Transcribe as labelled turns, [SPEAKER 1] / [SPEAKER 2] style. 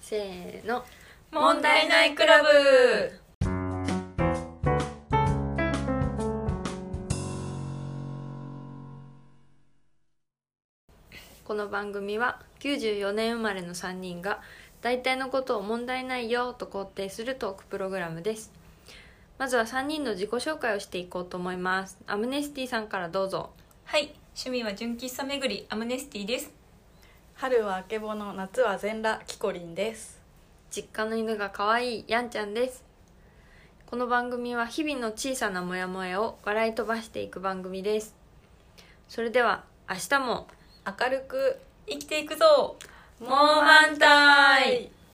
[SPEAKER 1] せーの
[SPEAKER 2] 問題ないクラブ
[SPEAKER 1] この番組は94年生まれの3人が大体のことを問題ないよと肯定するトークプログラムですまずは3人の自己紹介をしていこうと思いますアムネスティさんからどうぞ
[SPEAKER 2] はい趣味は純喫茶巡りアムネスティです
[SPEAKER 3] 春はあけぼの夏は全裸キコリンです
[SPEAKER 1] 実家の犬が可愛いやんちゃんですこの番組は日々の小さなモヤモヤを笑い飛ばしていく番組ですそれでは明日も
[SPEAKER 3] 明るく
[SPEAKER 2] 生きていくぞモーマンタイ